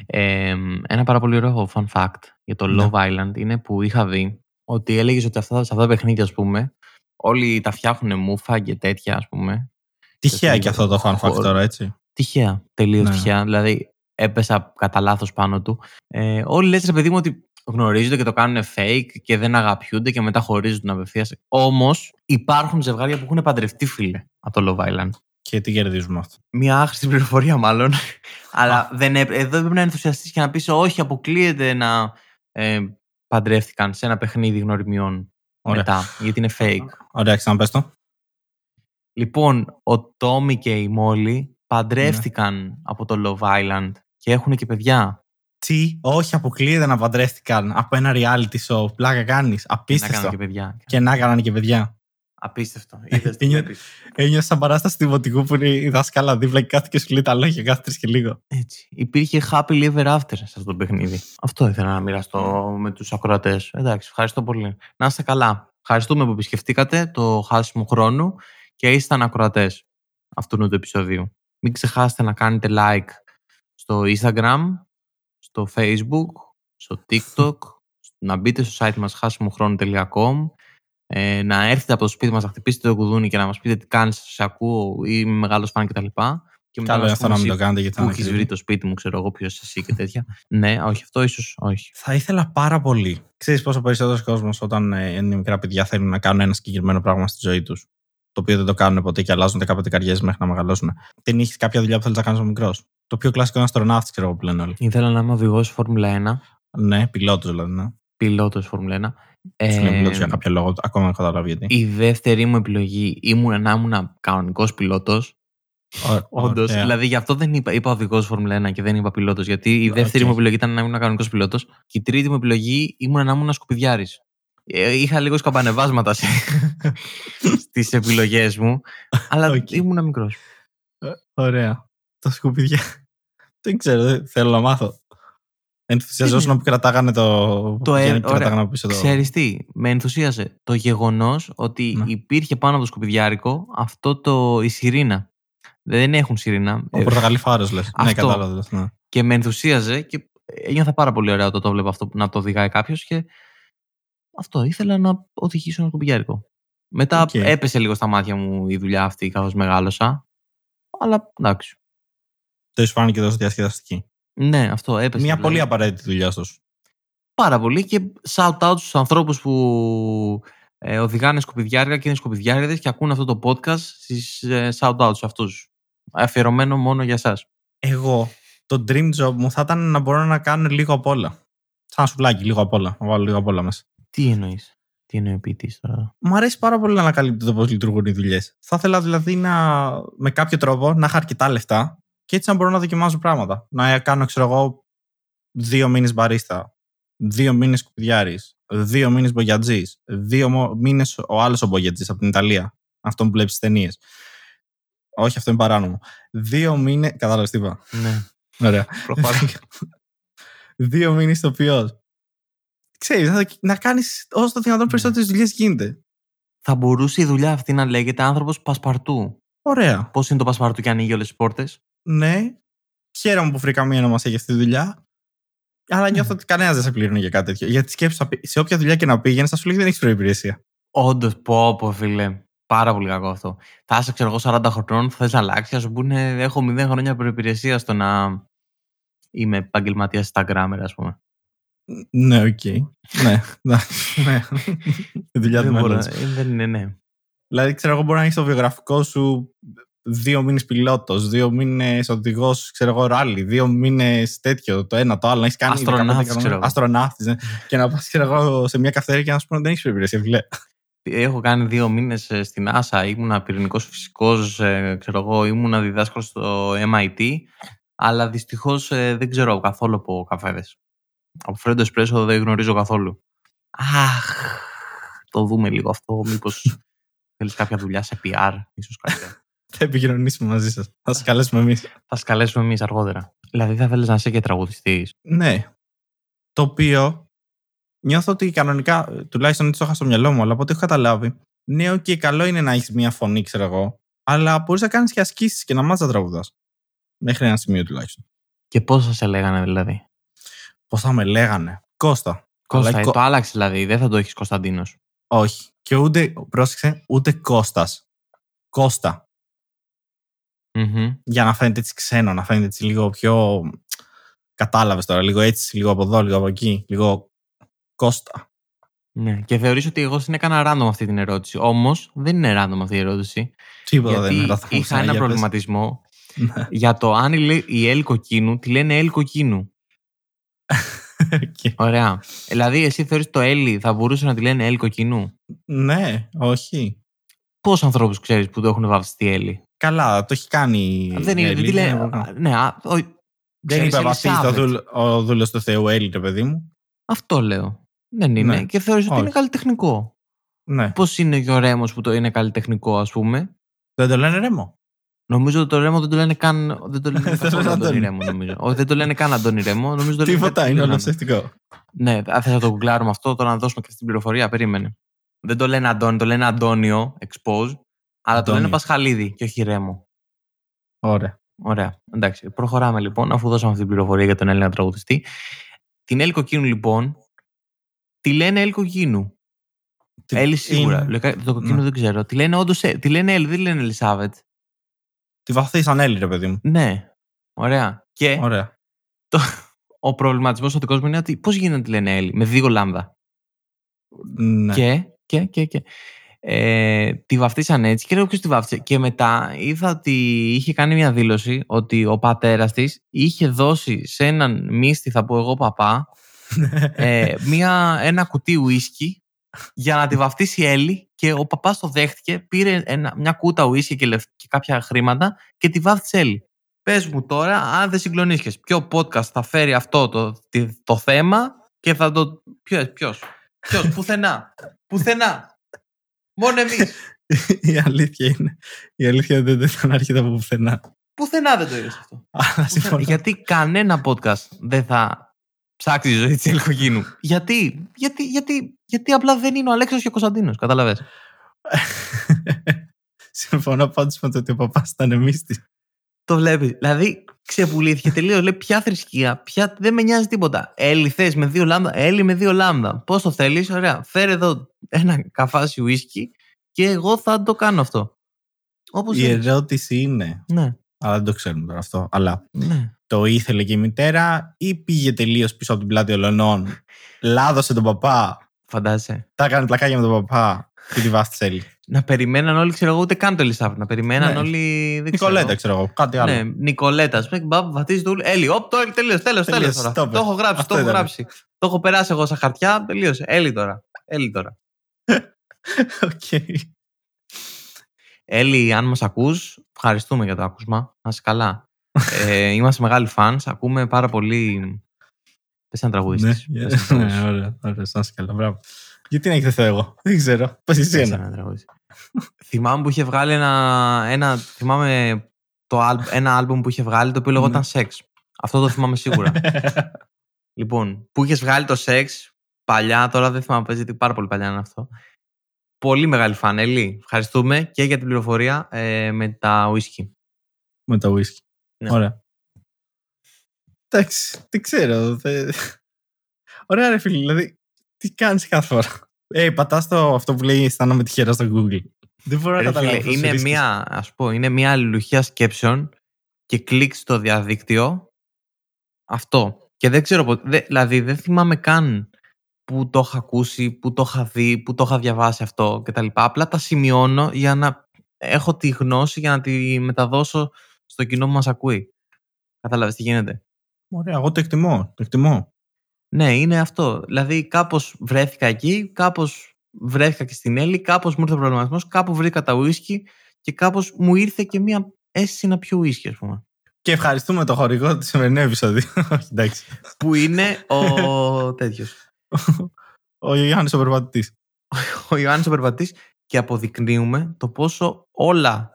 Speaker 2: Ε, ένα πάρα πολύ ωραίο fun fact για το
Speaker 1: Ναι.
Speaker 2: Love Island είναι που είχα δει ότι έλεγες ότι αυτά, σε αυτά τα παιχνίδια, ας πούμε, όλοι τα φτιάχνουν μούφα και τέτοια, ας πούμε.
Speaker 1: Τυχαία
Speaker 2: λίγο
Speaker 1: και αυτό το fun fact
Speaker 2: χώρο.
Speaker 1: τώρα, έτσι.
Speaker 2: Τυχαία. Τελείως
Speaker 1: Ναι.
Speaker 2: τυχαία. Δηλαδή, έπεσα κατά λάθος πάνω του. Ε, όλοι λες ρε παιδί μου, ότι γνωρίζονται και το κάνουν fake και δεν αγαπιούνται και μετά χωρίζουν απευθείας. Όμως, υπάρχουν ζευγάρια που έχουν παντρευτεί, φίλε, από το Love Island.
Speaker 1: Και τι κερδίζουμε αυτό.
Speaker 2: Μία άχρηστη πληροφορία,
Speaker 1: [laughs]
Speaker 2: μάλλον. Αλλά δεν, έπρε- εδώ πρέπει να ενθουσιαστείς και να πεις: Όχι, αποκλείεται να ε, παντρεύτηκαν σε ένα παιχνίδι γνωριμιών
Speaker 1: Ωραία.
Speaker 2: μετά, γιατί είναι fake.
Speaker 1: Ωραία, ξαναπες το.
Speaker 2: Λοιπόν, ο Τόμι και η Μόλι παντρεύτηκαν
Speaker 1: Ναι.
Speaker 2: από το Love Island και έχουν και παιδιά.
Speaker 1: Τι, όχι, αποκλείεται να παντρεύτηκαν από ένα reality show. Πλάκα κάνεις.
Speaker 2: Και Να κάνουν
Speaker 1: Απίστευτο.
Speaker 2: και παιδιά.
Speaker 1: Και να κάνανε και παιδιά. [laughs]
Speaker 2: Απίστευτο. Είδες, το
Speaker 1: Είναι-
Speaker 2: βλέπεις.
Speaker 1: Ένιωσα σαν παράσταση του δημοτικού που είναι η δάσκαλα δίπλα και κάθε και σου λέει τα λόγια κάθε τρεις και λίγο.
Speaker 2: Έτσι. Υπήρχε happily ever after σε αυτό το παιχνίδι. Αυτό ήθελα να μοιραστώ με τους ακροατές. Εντάξει, ευχαριστώ πολύ. Να είστε καλά. Ευχαριστούμε που επισκεφτήκατε το χάσιμο χρόνου και ήσταν ακροατές αυτού του επεισοδίου. Μην ξεχάσετε να κάνετε like στο Instagram, στο Facebook, στο TikTok, να μπείτε στο site μας χάσιμοχρόνο.com ε, να έρθετε από το σπίτι μας να χτυπήσετε το κουδούνι και να μας πείτε τι κάνεις, σας ακούω ή είμαι μεγάλος φαν κτλ. Και μετά
Speaker 1: Καλό είναι
Speaker 2: μας
Speaker 1: αυτό
Speaker 2: πούμε
Speaker 1: να μην
Speaker 2: εσύ
Speaker 1: το κάνετε γιατί θα
Speaker 2: που
Speaker 1: είναι
Speaker 2: έχει
Speaker 1: ακρίβεια.
Speaker 2: βρει το σπίτι μου, ξέρω εγώ ποιος εσύ και [laughs] τέτοια. ναι, όχι, αυτό ίσως όχι.
Speaker 1: Θα ήθελα πάρα πολύ. Ξέρεις πόσο περισσότερος κόσμος όταν ε, είναι μικρά παιδιά θέλουν να κάνουν ένα συγκεκριμένο πράγμα στη ζωή τους. Το οποίο δεν το κάνουν ποτέ και αλλάζουν 15 καριές μέχρι να μεγαλώσουν. Δεν είχε κάποια δουλειά που θέλεις να κάνεις μικρός. Το πιο κλασικό είναι αστροναύτη, ξέρω εγώ που λένε όλοι.
Speaker 2: Ήθελα να είμαι οδηγός Φόρμουλα 1,
Speaker 1: Ναι, πιλότος δηλαδή. Ναι.
Speaker 2: πιλότος Φόρμουλα 1.
Speaker 1: Ε... Σου
Speaker 2: Ε,
Speaker 1: λέει πιλότος για κάποιο λόγο, ακόμα δεν έχω καταλάβει
Speaker 2: [laughs]
Speaker 1: γιατί.
Speaker 2: η δεύτερη μου επιλογή ήμουν να ήμουν κανονικός πιλότος.
Speaker 1: Ω,
Speaker 2: Όντω.
Speaker 1: ωραία.
Speaker 2: Δηλαδή γι' αυτό δεν είπα, είπα οδηγός Φόρμουλα 1 και δεν είπα πιλότος. Γιατί η
Speaker 1: Οκ.
Speaker 2: δεύτερη μου επιλογή ήταν να ήμουν κανονικός πιλότος. Και η τρίτη μου επιλογή ήμουν να ήμουν σκουπιδιάρης. Είχα λίγος σκαμπανεβάσματα [laughs] στις επιλογές μου. Αλλά
Speaker 1: Οκ.
Speaker 2: ήμουν μικρός.
Speaker 1: Ωραία. Τα σκουπίδια. δεν ξέρω, δεν θέλω να μάθω. Ενθουσιαζόσουν που κρατάγανε το.
Speaker 2: Το ε-
Speaker 1: πηγαίνει και
Speaker 2: ωραία.
Speaker 1: κρατάγανε πίσω το.
Speaker 2: Ξέρεις τι, με ενθουσίασε το γεγονός ότι
Speaker 1: Ναι.
Speaker 2: υπήρχε πάνω από το σκουπιδιάρικο αυτό το, η σιρήνα. Δεν έχουν σιρήνα.
Speaker 1: Ο πορτοκαλιφάρο λες. Ναι,
Speaker 2: αυτό.
Speaker 1: κατάλαβα. λες, ναι.
Speaker 2: και με ενθουσίαζε και ένιωθα πάρα πολύ ωραία όταν το βλέπω αυτό να το οδηγάει κάποιος και αυτό ήθελα να οδηγήσω ένα σκουπιδιάρικο. Μετά
Speaker 1: Οκ.
Speaker 2: έπεσε λίγο στα μάτια μου η δουλειά αυτή καθώς μεγάλωσα. Αλλά εντάξει.
Speaker 1: Το σου φάνηκε τόσο διασκεδαστική.
Speaker 2: Ναι, αυτό έπεσε.
Speaker 1: Μια
Speaker 2: δηλαδή.
Speaker 1: πολύ απαραίτητη δουλειά του.
Speaker 2: Πάρα πολύ και shout out στους ανθρώπους που ε, οδηγάνε σκουπιδιάρικα και είναι σκουπιδιάριδες και ακούν αυτό το podcast στις ε, shout out σε αυτούς. Αφιερωμένο μόνο για εσάς.
Speaker 1: Εγώ, το dream job μου θα ήταν να μπορώ να κάνω λίγο απ' όλα. Σαν σουβλάκι, λίγο απ' όλα. Να βάλω λίγο απ' όλα μέσα.
Speaker 2: Τι εννοείς. Τι εννοεί ο ποιητής τώρα.
Speaker 1: Μ' αρέσει πάρα πολύ να ανακαλύπτω το πώς λειτουργούν οι δουλειές. Θα ήθελα δηλαδή να, με κάποιο τρόπο να είχα αρκετά λεφτά και έτσι να μπορώ να δοκιμάζω πράγματα. Να κάνω, ξέρω εγώ, δύο μήνες μπαρίστα, δύο μήνες κουπιδιάρης, δύο μήνες μπογιατζής, δύο μήνες ο άλλος ο μπογιατζής από την Ιταλία. Αυτό που βλέπεις στις ταινίες. Όχι, αυτό είναι παράνομο. Δύο μήνε. Κατάλαβες τι είπα.
Speaker 2: Ναι,
Speaker 1: Ωραία.
Speaker 2: προχωρά.
Speaker 1: [laughs] δύο μήνες ηθοποιό. Ξέρει, να, να κάνεις όσο το δυνατόν
Speaker 2: Ναι.
Speaker 1: περισσότερες δουλειές γίνεται.
Speaker 2: [laughs] Θα μπορούσε η δουλειά αυτή να λέγεται άνθρωπος πασπαρτού.
Speaker 1: Ωραία.
Speaker 2: Πώς είναι το πασπαρτού και ανοίγει όλες τις πόρτες.
Speaker 1: Ναι. Χαίρομαι που βρήκα μία ονομασία για αυτή τη δουλειά. Αλλά νιώθω
Speaker 2: Ναι.
Speaker 1: ότι κανένας δεν σε πληρώνει για κάτι τέτοιο. Γιατί σκέψου, απ- σε όποια δουλειά και να πήγαινες, θα σου λέει δεν έχεις προπηρεσία.
Speaker 2: Όντως, πω, πω, φίλε. Πάρα πολύ κακό αυτό. Θα είσαι, ξέρω εγώ, 40 χρονών, θα θες να αλλάξει. Ας σου πούνε, έχω 0 χρόνια προπηρεσία στο να είμαι επαγγελματίας Instagrammer, ας πούμε.
Speaker 1: Ναι, οκ. Ναι. ναι. Η δουλειά του
Speaker 2: δεν, μπορώ,
Speaker 1: μέλλοντος.
Speaker 2: ε, δεν είναι, ναι.
Speaker 1: Δηλαδή, ξέρω εγώ, μπορεί να έχεις το βιογραφικό σου δύο μήνες πιλότος, δύο μήνες οδηγός, ξέρω εγώ, ράλι, δύο μήνες τέτοιο, το ένα, το άλλο, να έχεις κάνει. 15
Speaker 2: Αστροναύτης,
Speaker 1: εκατομμύρια-
Speaker 2: ξέρω εγώ.
Speaker 1: Αστροναύτης, ναι. και να πας, ξέρω εγώ, σε μια καυτερία και να σου πούνε δεν έχεις προπηρεσία, φιλέ.
Speaker 2: Έχω κάνει δύο μήνες στην NASA, ήμουνα πυρηνικός φυσικός, ξέρω εγώ, ήμουνα διδάσκαλος στο MIT, αλλά δυστυχώς δεν ξέρω καθόλου από καφέδες. Από φρέντο εσπρέσο δεν γνωρίζω καθόλου. Αχ, το δούμε λίγο αυτό. Μήπως θέλεις κάποια δουλειά σε PR, ίσως κάτι.
Speaker 1: Θα επικοινωνήσουμε μαζί σας. Θα σας καλέσουμε εμείς.
Speaker 2: θα σε καλέσουμε εμείς αργότερα. Δηλαδή θα θέλεις να είσαι και τραγουδιστής.
Speaker 1: Ναι. Το οποίο νιώθω ότι κανονικά, ε, τουλάχιστον έτσι το είχα στο μυαλό μου, αλλά από ό,τι έχω καταλάβει, ναι, οκ, καλό είναι να έχεις μία φωνή, ξέρω εγώ, αλλά μπορείς να κάνεις και ασκήσεις και να μάθει να τραγουδάς. Μέχρι ένα σημείο τουλάχιστον.
Speaker 2: Και πώς θα σε λέγανε δηλαδή.
Speaker 1: Πώς θα με λέγανε. Κώστα.
Speaker 2: Κώστα, ε,
Speaker 1: κο-
Speaker 2: το άλλαξες δηλαδή. Δεν θα το έχεις Κωνσταντίνος.
Speaker 1: Όχι. Και ούτε, πρόσεξε, ούτε Κώστας. Κώστα. Για να φαίνεται έτσι ξένο, να φαίνεται έτσι λίγο πιο. Κατάλαβες τώρα, λίγο έτσι, λίγο από εδώ, λίγο από εκεί, λίγο. Κώστα.
Speaker 2: Ναι. Και θεωρείς ότι εγώ την έκανα random αυτή την ερώτηση. Όμως δεν είναι random αυτή η ερώτηση.
Speaker 1: Τίποτα
Speaker 2: γιατί
Speaker 1: δεν είναι λάθος.
Speaker 2: είχα ένα
Speaker 1: Για πες.
Speaker 2: προβληματισμό
Speaker 1: [laughs] Ναι.
Speaker 2: για το αν η λέ- η Ελ Κοκκίνου τη λένε Ελ Κοκκίνου.
Speaker 1: Οκ.
Speaker 2: Ωραία. Δηλαδή, εσύ θεωρείς το Έλλη θα μπορούσε να τη λένε Ελ Κοκκίνου.
Speaker 1: Ναι, όχι.
Speaker 2: Πόσους ανθρώπους ξέρεις που το έχουν βαφτιστεί Έλλη.
Speaker 1: Καλά, το έχει κάνει.
Speaker 2: Δεν είναι.
Speaker 1: η
Speaker 2: Δεν τη
Speaker 1: Έλλη,
Speaker 2: λένε.
Speaker 1: δεν είναι-
Speaker 2: α, Ναι, α, ο-
Speaker 1: Δεν
Speaker 2: ξέρεις,
Speaker 1: είπε βαφτίζει το
Speaker 2: Ελισάβετ.
Speaker 1: δούλ- ο δούλος του Θεού Έλλη, το παιδί μου.
Speaker 2: Αυτό λέω. Δεν είναι.
Speaker 1: Ναι.
Speaker 2: Και θεωρείς ότι
Speaker 1: Όχι.
Speaker 2: είναι καλλιτεχνικό.
Speaker 1: Ναι.
Speaker 2: Πώς είναι και ο Ρέμος που το είναι καλλιτεχνικό, ας πούμε.
Speaker 1: Δεν το λένε ρέμο.
Speaker 2: Νομίζω ότι το Ρέμο δεν το λένε καν. Δεν το
Speaker 1: [laughs]
Speaker 2: λένε
Speaker 1: Δεν το
Speaker 2: καθόλου
Speaker 1: λένε
Speaker 2: Αντώνη
Speaker 1: Αντώνη.
Speaker 2: Ρέμο, νομίζω. Όχι, δεν το λένε καν Αντώνη Ρέμο. Νομίζω το λένε
Speaker 1: Τίποτα,
Speaker 2: κάτι
Speaker 1: είναι
Speaker 2: άλλο.
Speaker 1: ολοψευτικό.
Speaker 2: Ναι, θα θα το γκουγκλάρουμε αυτό, τώρα να δώσουμε και αυτή την πληροφορία. Περίμενε. Δεν το λένε Αντώνη, το λένε Αντώνιο, expose, αλλά το
Speaker 1: Αντώνιο.
Speaker 2: λένε Πασχαλίδη και όχι Ρέμο.
Speaker 1: Ωραία.
Speaker 2: Ωραία. Εντάξει. Προχωράμε λοιπόν, αφού δώσαμε αυτή την πληροφορία για τον Έλληνα τραγουδιστή. Την Έλλη Κοκκίνου λοιπόν, τη λένε Έλλη Κοκκίνου.
Speaker 1: Τι-
Speaker 2: Έλλη σίγουρα.
Speaker 1: είναι-
Speaker 2: Λογικά, το Κοκκίνου
Speaker 1: Ναι.
Speaker 2: δεν ξέρω. Τη λένε όντως. Τη λένε Έλλη, δεν τη λένε Ελισάβετ.
Speaker 1: Τη βαθύ σαν Έλλη, ρε παιδί μου.
Speaker 2: Ναι. Ωραία. Και
Speaker 1: Ωραία.
Speaker 2: ο προβληματισμός ο δικό μου είναι ότι πώς γίνεται να τη λένε Έλλη με δύο λάμδα.
Speaker 1: Ναι.
Speaker 2: Και, και, και, και. Ε, τη βαφτίσαν έτσι και λέω ποιος τη βάφτισε. Και μετά είδα ότι είχε κάνει μια δήλωση ότι ο πατέρας της είχε δώσει σε έναν μίστη, θα πω εγώ παπά, ε, μια, ένα κουτί ουίσκι για να τη βαφτίσει η Έλλη και ο παπάς το δέχτηκε, πήρε ένα, μια κούτα ουίσκι και, λευ- και κάποια χρήματα και τη βάφτισε Έλλη. Πες μου τώρα, αν δεν συγκλονίσκες, ποιο podcast θα φέρει αυτό το, το, το θέμα και θα το... Ποιος, ποιος, ποιος, πουθενά, πουθενά. Μόνο εμείς.
Speaker 1: [laughs] Η αλήθεια είναι. Η αλήθεια δεν δεν ήταν έρχεται από πουθενά.
Speaker 2: Πουθενά δεν το είδες αυτό.
Speaker 1: Αλλά
Speaker 2: Πουθενά.
Speaker 1: συμφωνώ.
Speaker 2: Γιατί κανένα podcast δεν θα ψάξει η ζωή της Ελκογίνου. γιατί, γιατί, γιατί, γιατί απλά δεν είναι ο Αλέξανδρος και ο Κωνσταντίνος, κατάλαβες.
Speaker 1: [laughs] Συμφωνώ πάντως με το ότι ο παπάς ήταν εμίστης.
Speaker 2: Το βλέπει. Δηλαδή, ξεπουλήθηκε τελείως. Λέει ποια θρησκεία, ποια... δεν με νοιάζει τίποτα. Έλλη θες με δύο λάμδα, Έλλη με δύο λάμδα. Πώς το θέλεις, ωραία. Φέρε εδώ ένα καφάσι ουίσκι και εγώ θα το κάνω αυτό. Όπως
Speaker 1: Η ερώτηση είναι.
Speaker 2: Ναι.
Speaker 1: Αλλά δεν το ξέρουμε τώρα αυτό. Αλλά
Speaker 2: ναι.
Speaker 1: το ήθελε και η μητέρα ή πήγε τελείως πίσω από την πλάτη ολονών. Λάδωσε τον παπά.
Speaker 2: Φαντάζεσαι.
Speaker 1: Τα έκανε πλακάκια με τον παπά. Και τη βάστησε Έλλη.
Speaker 2: Να περιμέναν όλοι, ξέρω εγώ, ούτε καν το Ελισάβετ. Να περιμέναν
Speaker 1: Ναι.
Speaker 2: όλοι. Δεν ξέρω.
Speaker 1: Νικολέτα, ξέρω εγώ. Κάτι άλλο.
Speaker 2: Ναι, Νικολέτα. ας πούμε, μπαμ, Βαθίζει το ούλι. Έλλη, όπ, το Έλλη, τελείωσε. Τέλος,
Speaker 1: Τελείωσε,
Speaker 2: τέλος.
Speaker 1: το
Speaker 2: Το έχω γράψει,
Speaker 1: Αυτό
Speaker 2: το έχω
Speaker 1: ήταν.
Speaker 2: γράψει. Το έχω περάσει εγώ στα χαρτιά, τελείωσε. Έλλη τώρα. Έλλη τώρα.
Speaker 1: [laughs] Οκ.
Speaker 2: Έλλη, αν μας ακούς, ευχαριστούμε για το άκουσμα. Να είσαι
Speaker 1: [laughs]
Speaker 2: καλά. ε, είμαστε μεγάλοι φανς, ακούμε πάρα πολύ... Πες ένα τραγούδι
Speaker 1: Ναι,
Speaker 2: της.
Speaker 1: ναι,
Speaker 2: Πες ένα
Speaker 1: [laughs]
Speaker 2: τραγούδι.
Speaker 1: ναι, ωραία, ωραία, σαν σκαλά, μπράβο. Γιατί να εκτεθώ εγώ, [laughs] δεν ξέρω. Πες εσύ
Speaker 2: Πες
Speaker 1: ένα.
Speaker 2: ένα τραγούδι. θυμάμαι που είχε βγάλει ένα... ένα θυμάμαι το, αλ- ένα άλμπουμ που είχε βγάλει το
Speaker 1: Ναι.
Speaker 2: οποίο λεγόταν Sex. Αυτό το θυμάμαι
Speaker 1: [laughs]
Speaker 2: σίγουρα. λοιπόν, που είχες βγάλει το σεξ παλιά, τώρα δεν θυμάμαι, παίζει πάρα πολύ παλιά είναι αυτό. Πολύ μεγάλη φαν, Έλλη. Ευχαριστούμε και για την πληροφορία ε, με τα ουίσκι.
Speaker 1: [laughs] Με τα whisky.
Speaker 2: Ναι.
Speaker 1: Ωραία. Εντάξει, δεν ξέρω. δεν- Ωραία ρε φίλε, δηλαδή, τι κάνεις κάθε φορά. Ε, πατάς το αυτό που λέει αισθάνομαι τυχερά στο Google. Δεν μπορώ να
Speaker 2: Ρε φίλε,
Speaker 1: καταλάβω. αυτές τις
Speaker 2: είναι
Speaker 1: ρίσκες.
Speaker 2: μια, ας πω, είναι μια αλληλουχία σκέψεων και κλικ στο διαδίκτυο. Αυτό. Και δεν ξέρω πότε. δε- δηλαδή, δεν θυμάμαι καν που το είχα ακούσει, που το είχα δει, που το είχα διαβάσει αυτό κτλ. Απλά τα σημειώνω για να έχω τη γνώση για να τη μεταδώσω στο κοινό που μας ακούει. Κατάλαβες τι γίνεται.
Speaker 1: Ωραία, εγώ το εκτιμώ, το εκτιμώ.
Speaker 2: Ναι, είναι αυτό. Δηλαδή, κάπως βρέθηκα εκεί, κάπως βρέθηκα και στην Έλλη, κάπως μου ήρθε ο προβληματισμός, κάπου βρήκα τα ουίσκι και κάπως μου ήρθε και μία αίσθηση να πιω ουίσκι, ας πούμε.
Speaker 1: Και ευχαριστούμε το χορηγό του σημερινού επεισοδίου. Όχι, Εντάξει.
Speaker 2: Που είναι [laughs] ο τέτοιος.
Speaker 1: Ο Ιωάννης ο περπατητής.
Speaker 2: Ο Ιωάννης ο Περπατής και αποδεικνύουμε το πόσο όλα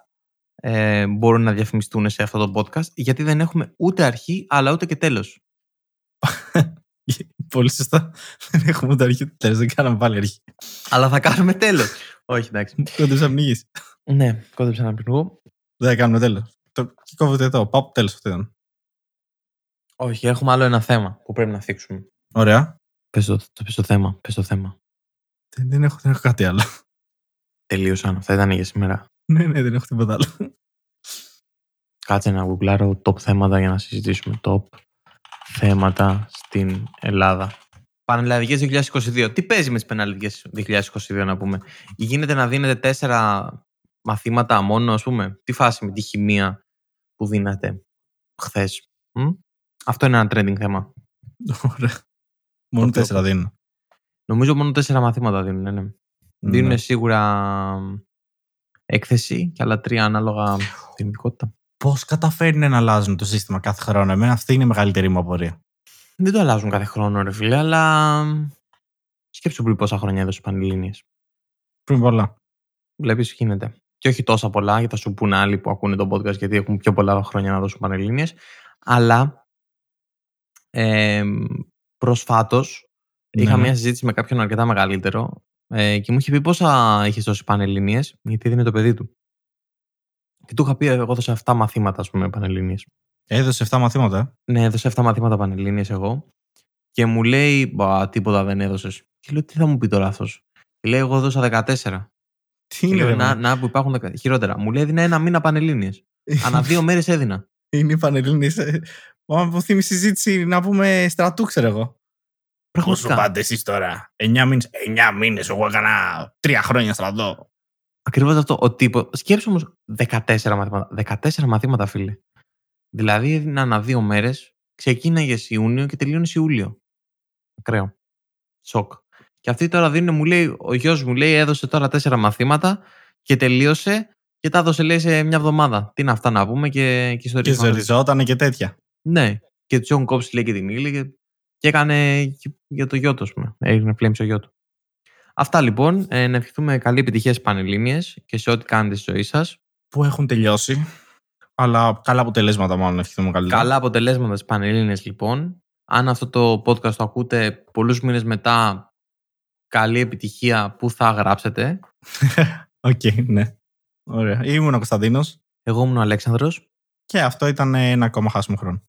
Speaker 2: ε, μπορούν να διαφημιστούν σε αυτό το podcast γιατί δεν έχουμε ούτε αρχή αλλά ούτε και τέλος.
Speaker 1: Πολύ σωστά. Δεν έχουμε ούτε αρχή, ούτε τέλος, δεν κάναμε πάλι αρχή.
Speaker 2: Αλλά θα κάνουμε τέλος. Όχι, εντάξει.
Speaker 1: Κόντεψα να πνιγείς.
Speaker 2: Ναι, κόντεψα να πνιγώ.
Speaker 1: Δεν θα κάνουμε τέλος. Το και κόβεται εδώ. Πάω τέλος αυτό ήταν.
Speaker 2: Όχι, έχουμε άλλο ένα θέμα που πρέπει να θίξουμε.
Speaker 1: Ωραία.
Speaker 2: Πες το, το, πες το θέμα, πες το θέμα.
Speaker 1: Δεν, δεν, έχω, δεν έχω κάτι άλλο. [laughs]
Speaker 2: Τελείωσαν, αυτά ήταν για σήμερα.
Speaker 1: ναι, ναι, δεν έχω τίποτα άλλο.
Speaker 2: Κάτσε να γουγκλάρω top θέματα για να συζητήσουμε top θέματα στην Ελλάδα. Πανελλαδικές 2022. Τι παίζει με τις Πανελλαδικές 2022 να πούμε. Γίνεται να δίνετε τέσσερα μαθήματα μόνο ας πούμε. Τι φάση με τη χημεία που δίνατε χθες. μ? Αυτό είναι ένα trending θέμα.
Speaker 1: Ωραία. Μόνο
Speaker 2: Το πιο-
Speaker 1: τέσσερα δίνω.
Speaker 2: Νομίζω μόνο τέσσερα μαθήματα δίνουν. ναι, ναι. Δίνουν
Speaker 1: Ναι.
Speaker 2: σίγουρα έκθεση και άλλα τρία ανάλογα την ειδικότητα.
Speaker 1: Πώς καταφέρνει να αλλάζουν το σύστημα κάθε χρόνο. Εμένα αυτή είναι η μεγαλύτερη μου απορία.
Speaker 2: Δεν το αλλάζουν κάθε χρόνο, ρε φίλε, αλλά. Σκέψου πριν πόσα χρόνια έδωσε πανελίνε.
Speaker 1: Πριν πολλά.
Speaker 2: Βλέπεις, γίνεται. Και όχι τόσα πολλά, γιατί θα σου πούνε άλλοι που ακούνε τον podcast, γιατί έχουν πιο πολλά χρόνια να δώσουν πανελίνε. Αλλά. Ε, Προσφάτως
Speaker 1: Ναι,
Speaker 2: είχα
Speaker 1: ναι.
Speaker 2: μια συζήτηση με κάποιον αρκετά μεγαλύτερο ε, και μου είχε πει πόσα είχε δώσει πανελίνε, γιατί είναι το παιδί του. Και του είχα πει, εγώ έδωσα 7 μαθήματα, ας πούμε, πανελληνίες.
Speaker 1: Έδωσε 7 μαθήματα. ε.
Speaker 2: Ναι, έδωσα 7 μαθήματα πανελλήνιες εγώ. Και μου λέει, Μπα, τίποτα δεν έδωσες. Και λέω, Τι θα μου πει τώρα αυτός. Και λέει, Εγώ έδωσα 14.
Speaker 1: Τι
Speaker 2: Και
Speaker 1: είναι,
Speaker 2: λέω,
Speaker 1: ρε,
Speaker 2: να,
Speaker 1: μα.
Speaker 2: να, που υπάρχουν δεκα- χειρότερα. Μου λέει, Έδινα ένα μήνα πανελλήνιες. Ανά δύο μέρες έδινα.
Speaker 1: Είναι η πανελληνή. Μα μου θύμισε συζήτηση να πούμε στρατού, ξέρω εγώ. Πόσο
Speaker 2: Πραγματικά.
Speaker 1: πάτε εσείς τώρα. 9 μήνε. 9 μήνες. Εγώ έκανα 3 χρόνια στρατό.
Speaker 2: Ακριβώς αυτό. Ο τύπο. Σκέψου όμως 14 μαθήματα. 14 μαθήματα, φίλε. Δηλαδή, έδινα ανά δύο μέρες. Ξεκίναγες Ιούνιο και τελείωνες Ιούλιο. Ακραίο. Σοκ. Και αυτοί τώρα δίνουν, μου λέει, ο γιος μου λέει, έδωσε τώρα τέσσερα μαθήματα και τελείωσε και τα έδωσε, λέει, σε μια εβδομάδα. Τι είναι αυτά να πούμε και, και
Speaker 1: Και
Speaker 2: ιστορίε.
Speaker 1: ζοριζότανε και τέτοια.
Speaker 2: Ναι. Και του έχουν κόψει λέει και την ύλη και, και έκανε και για το γιο του, ας πούμε. Έγινε φλέμψη ο γιο του. Αυτά λοιπόν. Ε, να ευχηθούμε καλή επιτυχία στις Πανελλήνιες και σε ό,τι κάνετε στη ζωή σας.
Speaker 1: που έχουν τελειώσει. Αλλά καλά αποτελέσματα, μάλλον ευχηθούμε καλύτερα.
Speaker 2: Καλά αποτελέσματα στις Πανελλήνιες λοιπόν. Αν αυτό το podcast το ακούτε πολλούς μήνες μετά, καλή επιτυχία που θα γράψετε.
Speaker 1: Οκ, ναι. Ωραία. Ήμουν ο Κωνσταντίνος
Speaker 2: Εγώ ήμουν ο Αλέξανδρος.
Speaker 1: και αυτό ήταν ένα ακόμα χάσιμο χρόνο.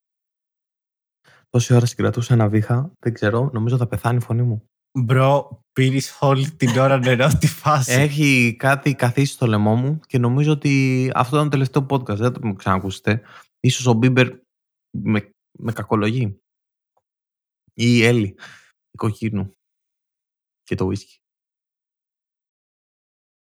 Speaker 2: Τόση ώρα συγκρατούσα ένα βήχα, δεν ξέρω, νομίζω θα πεθάνει η φωνή μου.
Speaker 1: Μπρο, πήρες όλη την ώρα νερό στη φάση.
Speaker 2: Έχει κάτι καθίσει στο λαιμό μου και νομίζω ότι αυτό ήταν το τελευταίο podcast. Δεν θα το ξανακούσετε. Ίσως ο Μπίμπερ με, με κακολογεί. Ή η Έλλη, η κοκκίνου. Και το whisky.